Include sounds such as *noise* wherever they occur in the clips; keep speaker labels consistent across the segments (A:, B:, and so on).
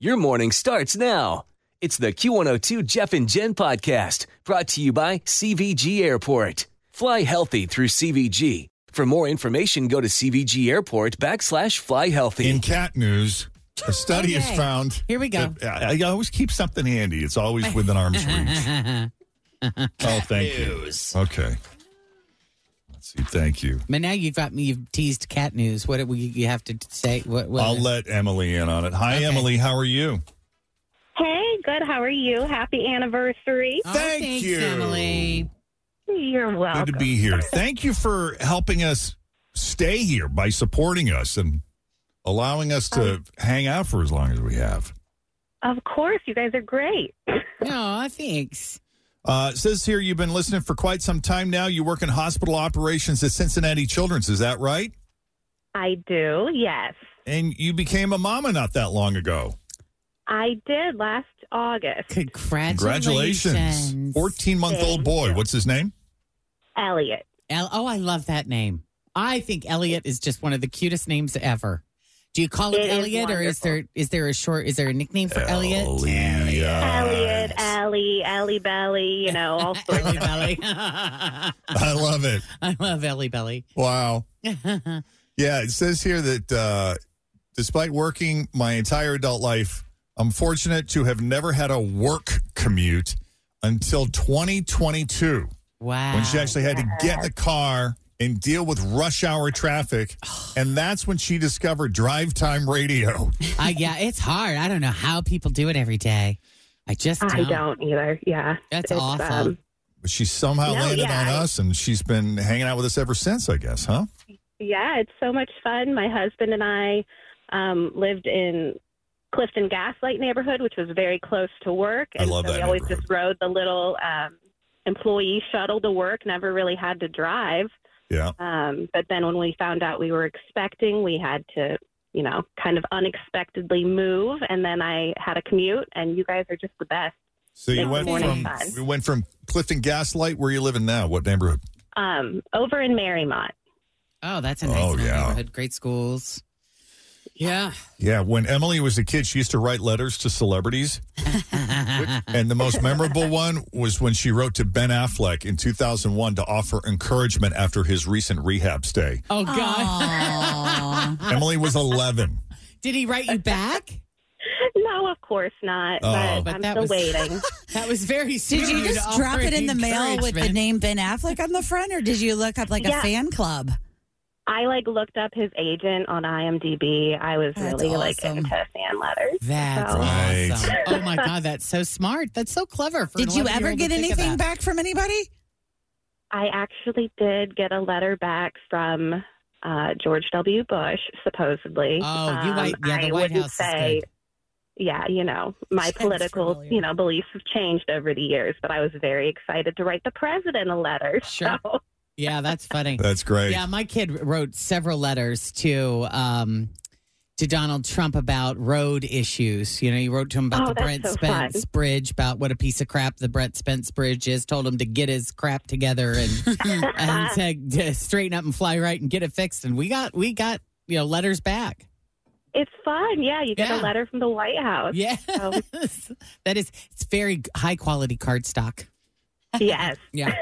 A: Your morning starts now. It's the Q102 Jeff and Jen podcast brought to you by CVG Airport. Fly healthy through CVG. For more information, go to CVG Airport backslash fly healthy.
B: In cat news, a study
C: Okay.
B: has found.
C: Here we go.
B: that- uh, I, I always keep something handy. It's always within arm's reach.
C: *laughs*
B: Oh, thank you. Okay. Let's see. Thank you.
C: But now you've got me. You've teased cat news. What do we, you have to say? What, what
B: I'll let Emily in on it. Hi,
C: Okay.
B: Emily. How are you?
D: Hey, good. How are you? Happy anniversary.
C: Oh,
B: Thank
C: thanks,
B: you.
C: Emily.
D: You're welcome.
B: Uh, Good to be here. Thank you for helping us stay here by supporting us and allowing us to hang out for as long as we have.
D: Of course, you guys are great.
C: No, thanks.
B: Uh, it says here you've been listening for quite some time now. You work in hospital operations at Cincinnati Children's. Is that right?
D: I do, yes.
B: And you became a mama not that long ago.
D: I did last August.
C: Congratulations.
B: Congratulations. 14 month old
D: Thank
B: boy.
D: you.
B: What's his name?
D: Elliot.
C: El- oh, I love that name. I think Elliot is just one of the cutest names ever. Do you call him
D: It is
C: Elliot, or is
D: wonderful.
C: there is there a short is there a nickname for Elliot?
B: Elliot.
D: Elliot, uh, Ellie, Ellie Belly, you know,
B: *laughs*
D: all sorts.
C: Ellie Belly. *laughs* I
B: I love it.
C: love Ellie Belly. *laughs*
B: Wow. Yeah, it says here that uh, despite working my entire adult life, I'm fortunate to have never had a work commute until 2022
C: wow.
B: when she actually had to get in the car and deal with rush
C: *sighs*
B: hour traffic. And that's when she discovered drive time radio.
C: Uh, yeah, it's hard. I don't know how people do it every day. I just don't.
D: I don't either. Yeah.
C: That's
D: It's,
C: awful.
D: um,
B: But she somehow
D: No,
B: landed
D: yeah,
B: on
D: I-
B: us and she's been hanging out with us ever since, I guess, huh?
D: yeah, it's so much fun. My husband and I um, lived in Clifton Gaslight neighborhood, which was very close to work.
B: I
D: And
B: love
D: so
B: that
D: we always
B: neighborhood.
D: just rode the little um, employee shuttle to work, never really had to drive.
B: Yeah.
D: Um, but then when we found out we were expecting, we had to, you know, kind of unexpectedly move. And then I had a commute, and you guys are just the best.
B: So you
D: It's
B: went
D: morning
B: from
D: fun.
B: you went from Clifton Gaslight. Where are you living now? What neighborhood?
D: Um, over in Marymont.
C: Oh, that's a nice
B: Oh,
C: little
B: yeah.
C: neighborhood. Great schools.
B: *laughs*
C: Yeah.
B: Yeah, when Emily was a kid, she used to write letters to celebrities,
D: Uh.
B: and
D: *laughs*
B: the most memorable one was when she wrote to Ben Affleck in 2001 to offer encouragement after his recent rehab stay.
C: oh God.
D: Uh.
B: Emily
D: *laughs*
B: was 11.
C: Did he write you back?
D: *laughs* No, of course not.
B: Oh.
D: but,
C: But
D: I'm
C: that
D: still
C: was-
D: waiting.
C: That was very sweet.
E: Did
C: of
E: you
C: to
E: just
C: offer
E: drop it in the mail with the
C: encouragement.
E: name Ben Affleck on the front, or did you look up like
D: Yeah.
E: a fan club?
D: I like looked up his agent on IMDb. I was
E: That's
D: really like
E: awesome.
D: into fan letters.
C: That's
D: So-
B: Right.
C: awesome. Oh my God, that's so smart. That's so clever. For an
E: Did you
C: 11-year-old
E: ever
C: to
E: get
C: think
E: anything
C: about.
E: back from anybody?
D: I actually did get a letter back from uh, George W. Bush, supposedly.
C: Oh, you
D: Um,
C: White, yeah,
D: I
C: the White
D: wouldn't
C: House
D: say,
C: is good.
D: yeah, you know, my
E: Sounds
D: political,
E: familiar.
D: you know, beliefs have changed over the years, but I was very excited to write the president a letter. *laughs*
C: Sure.
D: So,
C: Yeah, that's funny.
B: That's great.
C: Yeah, my kid wrote several letters to um, to Donald Trump about road issues. You know, he wrote to him about
D: Oh,
C: the
D: that's
C: Brent
D: so fun.
C: Spence Bridge, about what a piece of crap the Brent Spence Bridge is. Told him to get his crap together
D: *laughs*
C: and and to, to straighten up and fly right and get it fixed. And we got we got you know letters back.
D: it's fun. Yeah, you get a
C: Yeah.
D: letter from the White House.
C: Yes,
D: So-
C: *laughs* that is it's very high quality cardstock.
D: Yes. *laughs*
C: Yeah.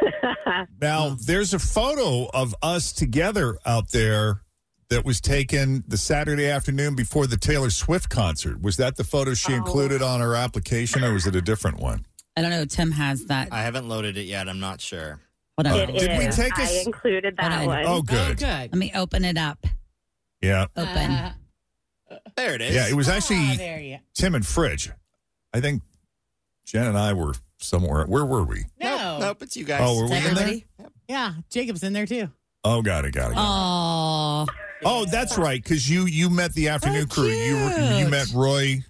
B: Now,
D: Mm.
B: there's a photo of us together out there that was taken the Saturday afternoon before the Taylor Swift concert. Was that the photo she
D: Oh.
B: included on her application, or was it a different one?
E: I don't know. Tim has that.
F: I haven't loaded it yet. I'm not sure.
E: Hold on.
B: Oh.
D: It is.
B: Did we take a
D: I
B: s-
D: included
E: Hold
D: that
E: on.
D: one.
B: Oh,
C: Oh,
B: good.
C: good.
E: Let me open it up.
B: Yeah.
E: Open.
C: Uh,
F: There it is.
B: Yeah, it was
C: ah,
B: actually
C: there you.
B: Tim and Fridge. I think Jen and I were somewhere. Where were we?
C: No.
F: Nope, nope, it's you guys.
B: Oh, were we in there?
C: Yeah, Jacob's in there too.
B: Oh, got it, got it. Got
E: oh,
B: it. Oh, that's right, because you you met the afternoon
E: Oh,
B: crew. You were- you
E: cute.
B: met Roy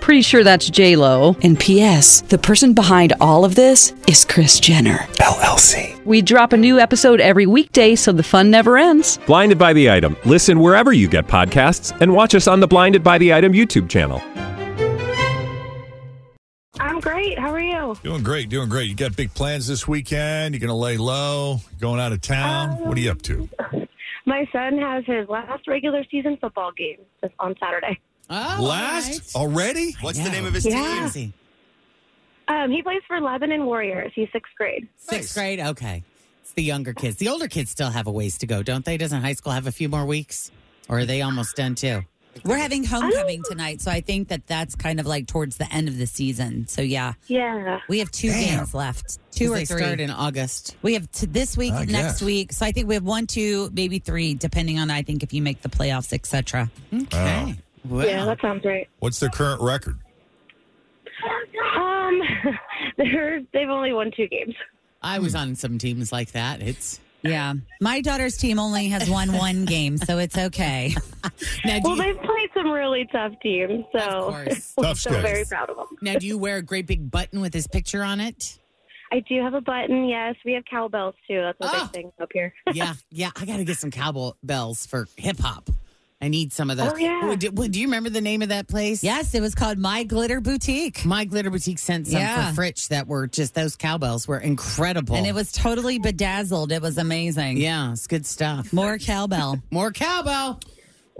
G: Pretty sure that's J Lo.
H: And P.S. The person behind all of this is Chris Jenner.
I: LLC.
G: We drop a new episode every weekday, so the fun never ends.
I: Blinded by the item. Listen wherever you get podcasts, and watch us on the Blinded by the Item YouTube channel.
D: I'm great. How are you?
B: Doing great, doing great. You got big plans this weekend. You're going to lay low, going out of town. what are you up
C: Um,
B: to?
D: My son has his last regular season football game this on Saturday.
C: Oh,
B: Last? Already?
F: What's
C: Yeah.
F: the name of his
D: Yeah.
F: team?
C: Easy.
D: Um, he plays for Lebanon Warriors. He's sixth grade.
C: Sixth grade? Okay. It's the younger kids. The older kids still have a ways to go, don't they? Doesn't high school have a few more weeks? Or are they almost done too?
E: We're having homecoming tonight, so I think that that's kind of like towards the end of the season. So yeah,
D: Yeah.
E: we have two games left, two
C: 'Cause
E: or
C: they start
E: three.
C: in August.
E: We have to this week,
B: I
E: next
B: guess.
E: week. So I think we have one, two, maybe three, depending on I think if you make the playoffs, etc.
C: Okay. Wow.
D: Yeah, that sounds right.
B: What's their current record?
D: Um, *laughs* they're, they've only won two games.
C: I was on some teams like that. It's
E: Yeah, my daughter's team only has won
C: *laughs*
E: one game, so it's okay.
C: now. Do
D: Well,
C: you,
D: they've played some really tough teams, so
C: Of course.
D: *laughs* we're
B: Tough
D: so
B: schedule.
D: very proud of them.
C: now, do you wear a great big button with his picture on it?
D: I do have a button. Yes, we have cowbells too. That's a
C: Ah.
D: big thing up here. *laughs*
C: yeah, yeah. I got to get some cowbells for hip hop. I need some of those.
D: Oh, yeah.
C: Well, do, well, do you remember the name of that place?
E: Yes, it was called My Glitter Boutique.
C: My Glitter Boutique sent some
E: Yeah.
C: for Fritch that were just those cowbells were incredible.
E: And it was totally bedazzled. It was amazing.
C: yeah, it's good stuff.
E: More cowbell.
C: More cowbell.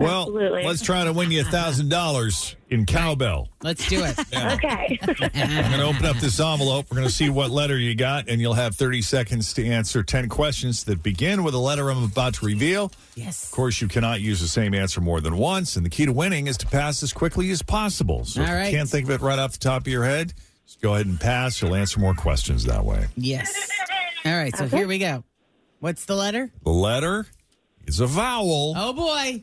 B: Well,
D: Absolutely.
B: let's try to win you $1,000 in cowbell.
C: Let's do it.
D: Okay. *laughs*
B: I'm going to open up this envelope. We're going to see what letter you got, and you'll have 30 seconds to answer 10 questions that begin with a letter I'm about to reveal. Of
C: yes.
B: course, you cannot use the same answer more than once, and the key to winning is to pass as quickly as possible. So if
C: All right.
B: you can't think of it right off the top of your head, just go ahead and pass. You'll answer more questions that way.
C: Yes. All right. So here we go. What's the letter?
B: The letter is a vowel.
C: Oh boy.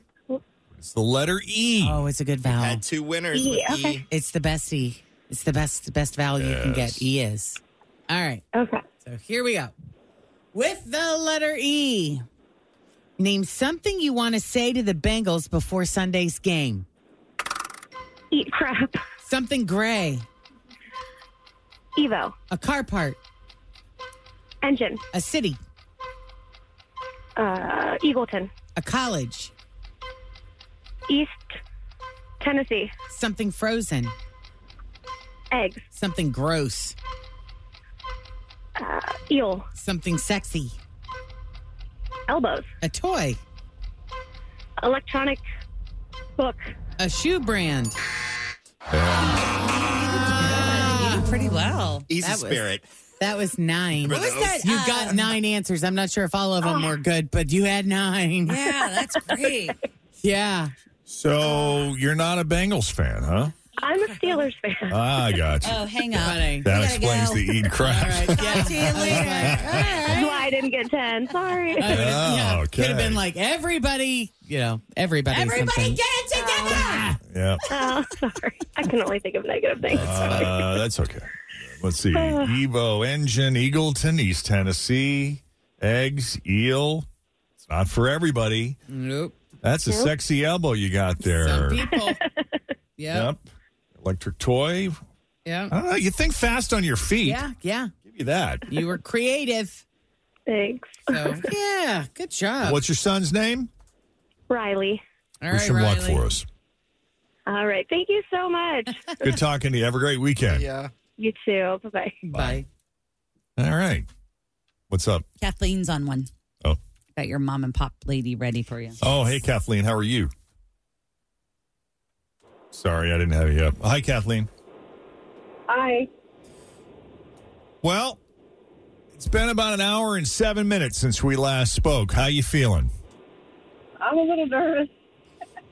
B: It's the letter E.
C: Oh, it's a good vowel.
F: Had two winners with E.
C: It's the best E. It's the best best value you can get. E is. All right.
D: okay.
C: So here we go. With the letter E. Name something you want to say to the Bengals before Sunday's game.
D: Eat crap.
C: Something gray,
D: Evo.
C: a car part,
D: Engine.
C: a city,
D: Uh, Eagleton.
C: a college,
D: East Tennessee.
C: something frozen,
D: Eggs.
C: something gross,
D: Uh, eel.
C: something sexy,
D: Elbows.
C: a toy,
D: Electronic book.
C: a shoe brand.
E: You did pretty well.
F: He's
C: That
F: a
C: was-
F: spirit.
C: That was nine.
F: What was that,
C: You
E: uh,
C: got
E: Um,
C: nine answers. I'm not sure if all of them
E: oh.
C: were good, but you had nine.
E: Yeah, that's great.
C: *laughs* Yeah.
B: So you're not a Bengals fan, huh?
D: I'm a Steelers fan.
B: *laughs*
C: *laughs*
B: Ah, I got you.
E: Oh, hang on.
C: Funny.
B: that
E: gotta
B: explains
E: go.
B: the
C: *laughs*
B: E crap.
C: Yeah.
E: See you later.
D: That's why I didn't get 10. Sorry.
C: I would've-
B: Oh,
C: yeah, Could have
B: okay.
C: been like everybody, you know, everybody.
E: Everybody
C: something.
E: get it
C: Ah.
E: together.
B: *laughs* Yeah.
D: Oh, sorry. I can only think of negative things.
B: Uh, that's okay. Let's
C: *sighs*
B: see. Evo engine, Eagleton, East Tennessee, eggs, eel. It's not for everybody.
C: Nope.
B: That's a sexy elbow you got
C: Some
B: there. *laughs*
C: people. yeah.
B: Yep. Electric toy.
C: Yeah.
B: I don't know. You think fast on your feet.
C: Yeah. Yeah.
B: Give you that.
C: You were creative.
D: Thanks.
B: *laughs*
C: So yeah. Good job.
B: What's your son's name?
D: Riley.
C: All
B: Wish
C: right,
B: him luck
C: Riley.
B: for us.
D: All right. Thank you so much.
C: *laughs*
B: Good talking to you. Have a great weekend.
F: Yeah.
D: you too. Bye bye.
C: Bye.
B: All right. What's up?
E: Kathleen's on one.
B: Oh.
E: Got your mom and pop lady ready for you.
B: Oh, hey, Kathleen. How are you? Sorry, I didn't have you up. Hi, Kathleen.
D: Bye.
B: Well, it's been about an hour and seven minutes since we last spoke. How you feeling?
D: I'm a little nervous.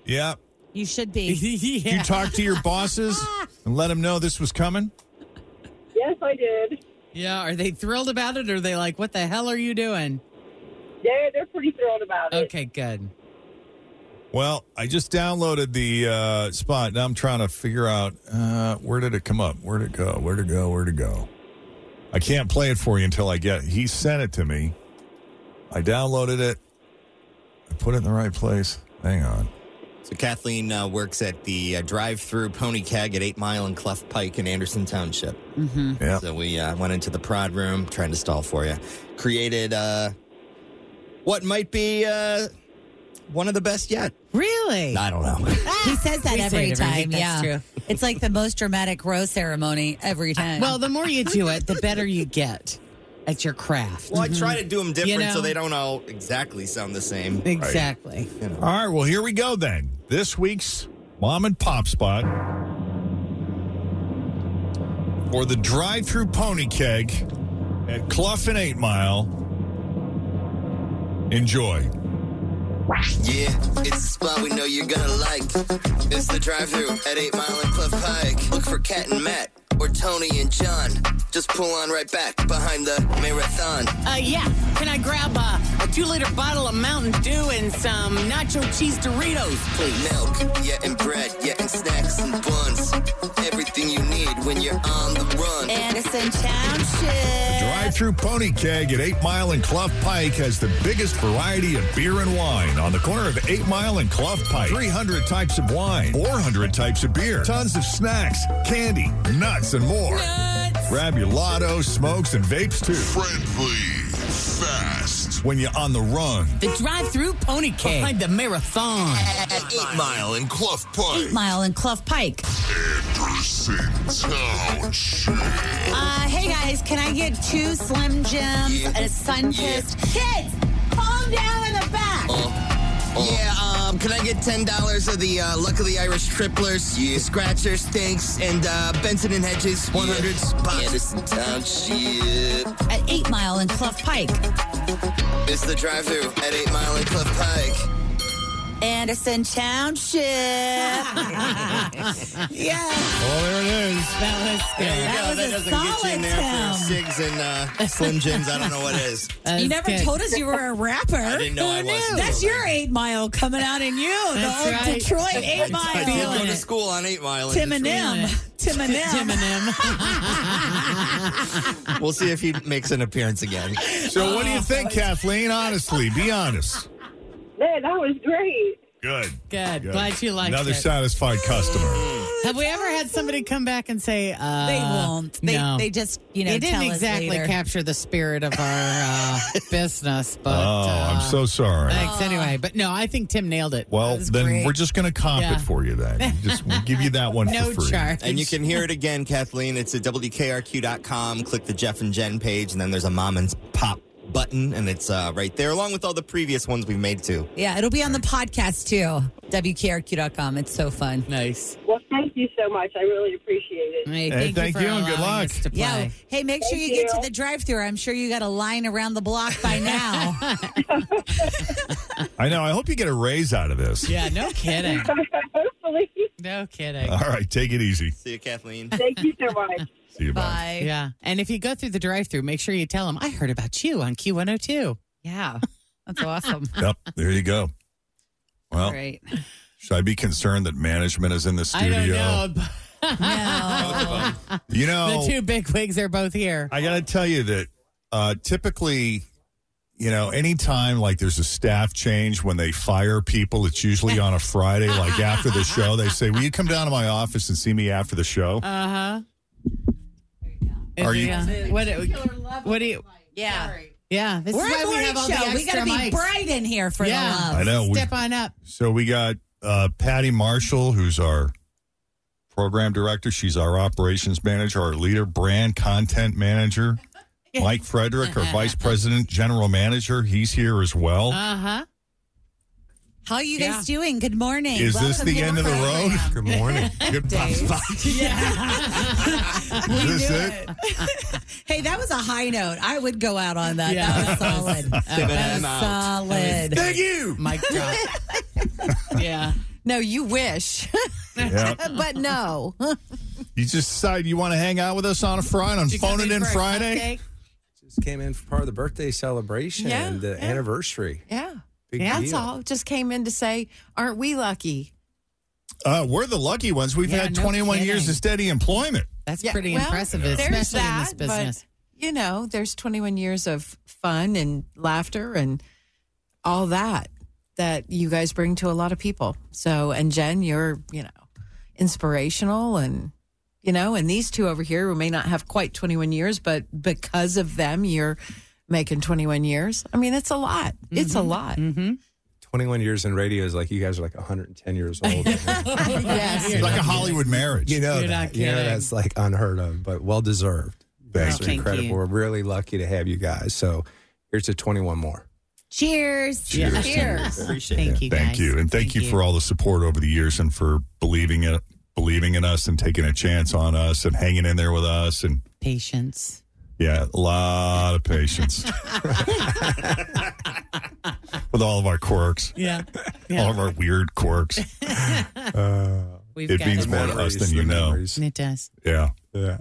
B: Yeah.
E: You should be.
C: *laughs*
B: Did
C: yeah.
B: you talk to your bosses and let them know this was coming?
D: Yes, I did.
C: Yeah. Are they thrilled about it or are they like, what the hell are you doing?
D: They're, they're pretty thrilled about
C: Okay, good.
B: Well, I just downloaded the uh, spot. Now I'm trying to figure out uh, where did it come up? Where'd it go? Where'd it go? Where'd it go? I can't play it for you until I get. He sent it to me. I downloaded it. I put it in the right place. Hang on.
F: So Kathleen uh, works at the uh, drive-through Pony Keg at Eight Mile and Cleft Pike in Anderson Township.
E: hmm
B: Yeah.
F: So we uh, went into the prod room, trying to stall for you. Created uh, what might be uh, one of the best yet.
C: Really?
F: I don't know. *laughs*
E: He says that
C: We say
E: every
C: it every
E: time.
C: week,
E: yeah.
C: that's true.
E: It's like the most dramatic rose ceremony every time.
C: Uh, Well, the more you do it, the better you get at your craft.
F: Well, I try to do them different
C: know.
F: so they don't all exactly sound the same.
C: Exactly.
B: All right. Well, here we go then. This week's mom and pop spot for the drive-through pony keg at Clough and Eight Mile. Enjoy.
F: Yeah, it's a spot we know you're gonna like. It's the drive-thru at 8 Mile and Cliff Pike. Look for Cat and Matt or Tony and John. Just pull on right back behind the marathon.
C: Uh, yeah. Can I grab a, a two liter bottle of Mountain Dew and some nacho cheese Doritos, please?
F: Milk, yeah, and bread, yeah, and snacks and buns. Everything you need when you're on the run.
E: Anderson Township.
B: Drive-through Pony Keg at 8 Mile and Clough Pike has the biggest variety of beer and wine on the corner of 8 Mile and Clough Pike. 300 types of wine, 400 types of beer, tons of snacks, candy, nuts, and more. Grab your lotto, smokes, and vapes too. Friendly, fast. When you're on the run.
C: The drive-through pony cake. Behind the marathon.
F: Eight Mile in Clough Park.
E: Eight Mile and Clough Pike.
F: Anderson Township.
E: Uh, hey guys, can I get two Slim Jims, a sun kissed? Kids, calm down in the back.
F: Yeah, um, can I get $10 of the uh, Luck of the Irish Triplers, yeah. Scratcher, Stinks, and uh, Benson and Hedges 100s? Anderson Township.
E: At Eight Mile and Clough Pike.
F: It's the drive through at 8 Mile and Cliff Pike.
E: Anderson Township. *laughs* yeah.
B: Oh, there it is.
C: That was good.
F: There you go. That doesn't get you in there for cigs and uh, Slim Jims. I don't know
C: *laughs*
F: what is.
C: That
E: you
C: was
E: never
C: good.
E: told us you
C: *laughs*
E: were a rapper. I
F: didn't know I was until
E: That's your eight mile coming out in you.
C: *laughs* That's
E: the old
C: right.
E: Detroit eight
F: I did
E: mile.
F: go to
C: it.
F: school on 8 Mile. in
E: Tim and
F: Detroit.
E: M.
C: *laughs*
E: Tim and
C: Tim
E: M.
C: and
F: We'll see if he makes an appearance again.
B: So, what do you think, Kathleen? Honestly, be honest.
D: Man, that was great.
B: Good.
C: *laughs* Good. Glad you liked
B: Another
C: it.
B: satisfied customer.
C: Have we ever had somebody come back and say uh,
E: They won't. They,
C: no.
E: they just, you know,
C: It didn't
E: tell us
C: exactly
E: later.
C: capture the spirit of
E: *laughs*
C: our uh, business, but
B: oh,
C: uh,
B: I'm so sorry.
C: thanks anyway. But no, I think Tim nailed it.
B: Well,
C: That was
B: then
C: great.
B: we're just going to comp
C: Yeah.
B: it for you then. Just we'll give you that
C: *laughs*
B: one
C: no
B: for free.
C: charge.
F: And you can hear it again, Kathleen. It's at WKRQ.com. Click the Jeff and Jen page, and then there's a mom and pop button, and it's uh, right there, along with all the previous ones we've made too.
E: Yeah, it'll be on the podcast too. WKRQ.com. It's so fun.
C: nice.
D: Well, thank you so much. I really appreciate it.
C: Hey,
B: Hey, thank
C: for
B: you and good
C: allowing
B: luck.
C: us to
E: Yeah.
C: play.
E: Hey, make sure you,
D: Thank
E: get to
D: you.
E: the drive thru. I'm sure you got a line around the block
C: *laughs*
E: by now.
B: I know. I hope you get a raise out of this.
E: *laughs*
C: Yeah, no kidding.
D: *laughs* Hopefully.
C: No kidding.
B: All right. Take it easy.
F: See you, Kathleen.
D: Thank you so much.
B: See you. Bye.
E: Bye.
C: Yeah. And if you go through the drive through, make sure you tell them, I heard about you on Q102.
E: Yeah. That's *laughs* awesome.
B: Yep. There you go. Well,
E: Great.
B: should I be concerned that management is in the studio?
C: I don't know. but
E: No.
B: You know,
C: *laughs* The two big wigs are both here.
B: I got to tell you that uh, typically, you know, anytime like there's a staff change when they fire people, it's usually
C: *laughs*
B: on a Friday, like after the show. They say, Will you come down to my office and see me after the show?
C: Uh huh.
B: Are you-
C: What, what do you?
E: Yeah.
C: Yeah. This
E: We're
C: is why
E: a
C: we
E: morning
C: have all
E: show.
C: the
E: We
C: extra
E: got to be
C: mics.
E: bright in here for
C: Yeah.
E: the
B: I
E: love.
B: know. Oh, We,
C: Step on up.
B: so we got uh, Patty Marshall, who's our program director. She's our operations manager, our leader, brand content manager. Mike Frederick, our vice president, general manager, he's here as well.
C: Uh huh.
E: How you guys
C: Yeah.
E: doing? Good morning.
B: Is this
E: Welcome
B: the
E: to
B: end of the
E: program.
B: road? Good morning. Good *laughs* bye. *laughs*
J: *laughs*
B: Is this it?
E: *laughs* Hey, that was a high note. I would go out on that.
C: Yeah.
E: That was
J: *laughs*
E: solid. that
F: I'm
E: was
F: out.
E: solid.
B: Thank you.
C: *laughs* Mic drop. yeah.
J: No, you wish, *laughs*
B: Yeah.
E: *laughs*
J: but no.
B: You just decide you want to hang out with us on a Friday on Phone It In Friday.
K: Just came in for part of the birthday celebration
J: Yeah,
K: and the
J: yeah.
K: anniversary.
J: Yeah.
K: Big
J: That's
K: deal.
J: all. Just came in to say, aren't we lucky?
B: Uh, we're the lucky ones. We've
C: Yeah,
B: had
C: no
B: 21 years
C: kidding.
B: of steady employment.
C: That's
J: Yeah,
C: pretty
J: well,
C: impressive,
J: there's
C: especially in
J: that,
C: this business.
J: But, you know, there's 21 years of fun and laughter and all that that you guys bring to a lot of people. So, and Jen, you're, you know, inspirational and, you know, and these two over here who may not have quite 21 years, but because of them, you're making 21 years. I mean, it's a lot. It's a
C: Mm-hmm. *laughs*
J: lot.
K: 21 years in radio is like you guys are like 110 years
C: *laughs*
K: old.
J: Yes.
B: It's like a Hollywood marriage.
K: you know
C: You're
K: that.
C: not
K: You know
C: kidding.
K: that's like unheard of, but well deserved. That's
C: thank you.
K: incredible. We're really lucky to have you guys. So here's to 21 more.
E: Cheers.
B: Cheers.
F: Appreciate
C: Thank you.
B: Thank
C: guys.
B: you. And thank, you for all the support over the years and for believing it, believing in us and taking a chance on us and hanging in there with us. And
C: patience.
B: yeah, a lot
C: *laughs*
B: of patience *laughs* with all of our quirks,
C: Yeah.
B: all of our
C: *laughs*
B: weird quirks.
C: We've
B: It
C: got
B: means
C: it.
B: more to us
K: Memories,
B: than
K: the
B: you know.
K: memories.
C: It does. *laughs*
B: Yeah.
K: Yeah.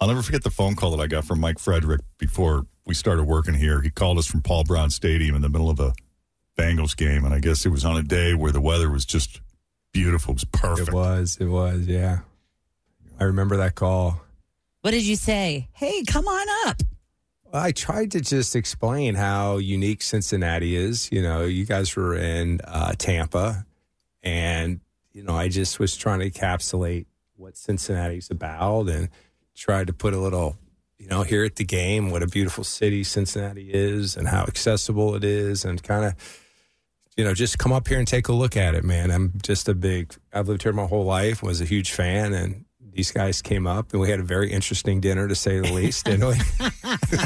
B: I'll never forget the phone call that I got from Mike Frederick before we started working here. He called us from Paul Brown Stadium in the middle of a Bengals game, and I guess it was on a day where the weather was just beautiful. It was perfect.
K: It was. It was. Yeah. I remember that call.
E: What did you say? Hey, come on up.
K: I tried to just explain how unique Cincinnati is. You know, you guys were in uh, Tampa, and you know, I just was trying to encapsulate what Cincinnati's about, and tried to put a little, you know, here at the game, what a beautiful city Cincinnati is and how accessible it is and kind of, you know, just come up here and take a look at it, man. I'm just a big, I've lived here my whole life, was a huge fan. And these guys came up and we had a very interesting dinner to say the least, didn't we?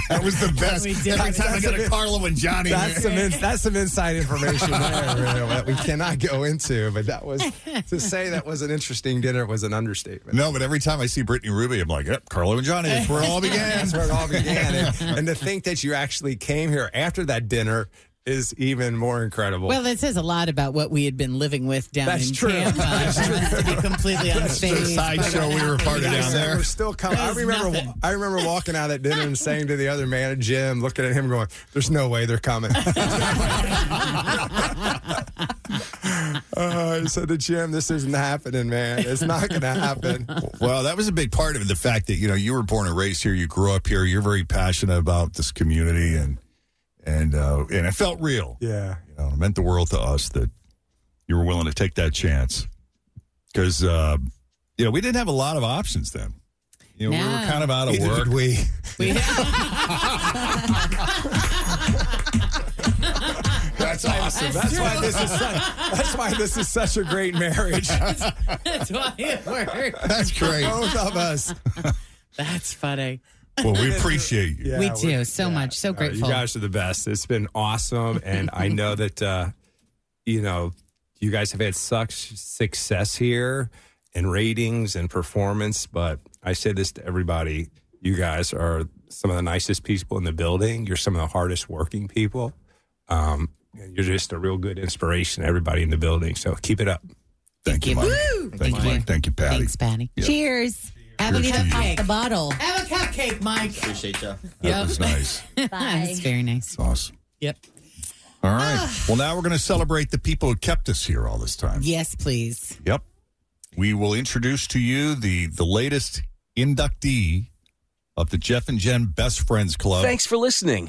B: That was the best.
K: We did.
B: Every time I go to
K: That's-
B: Carlo and Johnny. eh?
K: That's some, in, that's some inside information *laughs* there really, that we cannot go into. But that was to say that was an interesting dinner was an understatement.
B: No, but every time I see Brittany Ruby, I'm like, yep, Carlo and Johnny. That's where it all began.
K: That's where it all began. And, and to think that you actually came here after that dinner is even more incredible.
C: Well, that says a lot about what we had been living with down
K: That's
C: in
K: true.
C: Tampa.
K: *laughs* That's
C: She wants to be completely
K: That's true.
C: unfazed. by what
B: Sideshow we were
C: happened.
B: part of down there.
K: We're still coming. I
C: There's
K: remember.
C: nothing.
K: I remember walking out of that dinner and saying to the other man, Jim, looking at him, going, "There's no way they're coming." *laughs* uh, I said to Jim, "This isn't happening, man. It's not going to happen."
B: Well, that was a big part of it, the fact that you know you were born and raised here, you grew up here, you're very passionate about this community, and and uh, and it felt real.
K: Yeah.
B: You know, it meant the world to us that you were willing to take that chance because uh, you know we didn't have a lot of options then. You know, we were
C: No.
B: kind of out of
K: Neither
B: work.
K: did we.
C: We-
B: That's
K: *laughs*
B: awesome.
K: That's why this is. Such, that's why this is such a great marriage.
C: That's why it worked.
B: That's great.
K: Both
C: *laughs*
K: of us.
C: That's funny.
B: Well, we appreciate you.
K: Yeah,
C: we
K: we're-
C: do so much. So
K: Uh,
C: grateful.
K: You guys are the best. It's been awesome, and
C: *laughs*
K: I know that uh, you know you guys have had such success here in ratings and performance. But I say this to everybody: you guys are some of the nicest people in the building. You're some of the hardest working people. Um, and you're just a real good inspiration to everybody in the building. So keep it up.
B: Thank, you, Mike. Thank you,
C: Thank
B: Mike.
C: you.
B: Thank you, Patty.
C: Thanks, Patty.
E: Cheers.
C: Have a
B: Cheers to you.
E: Pop the
C: cupcake.
E: bottle.
C: Have a cupcake, Mike.
F: Appreciate y'all.
B: That
C: Yep.
B: was nice.
C: That's very nice.
B: awesome.
C: Yep. *sighs*
B: All right. well, now we're going to celebrate the people who kept us here all this time.
C: Yes, please.
B: Yep. We will introduce to you the the latest inductee of the Jeff and Jen Best Friends Club.
A: Thanks for listening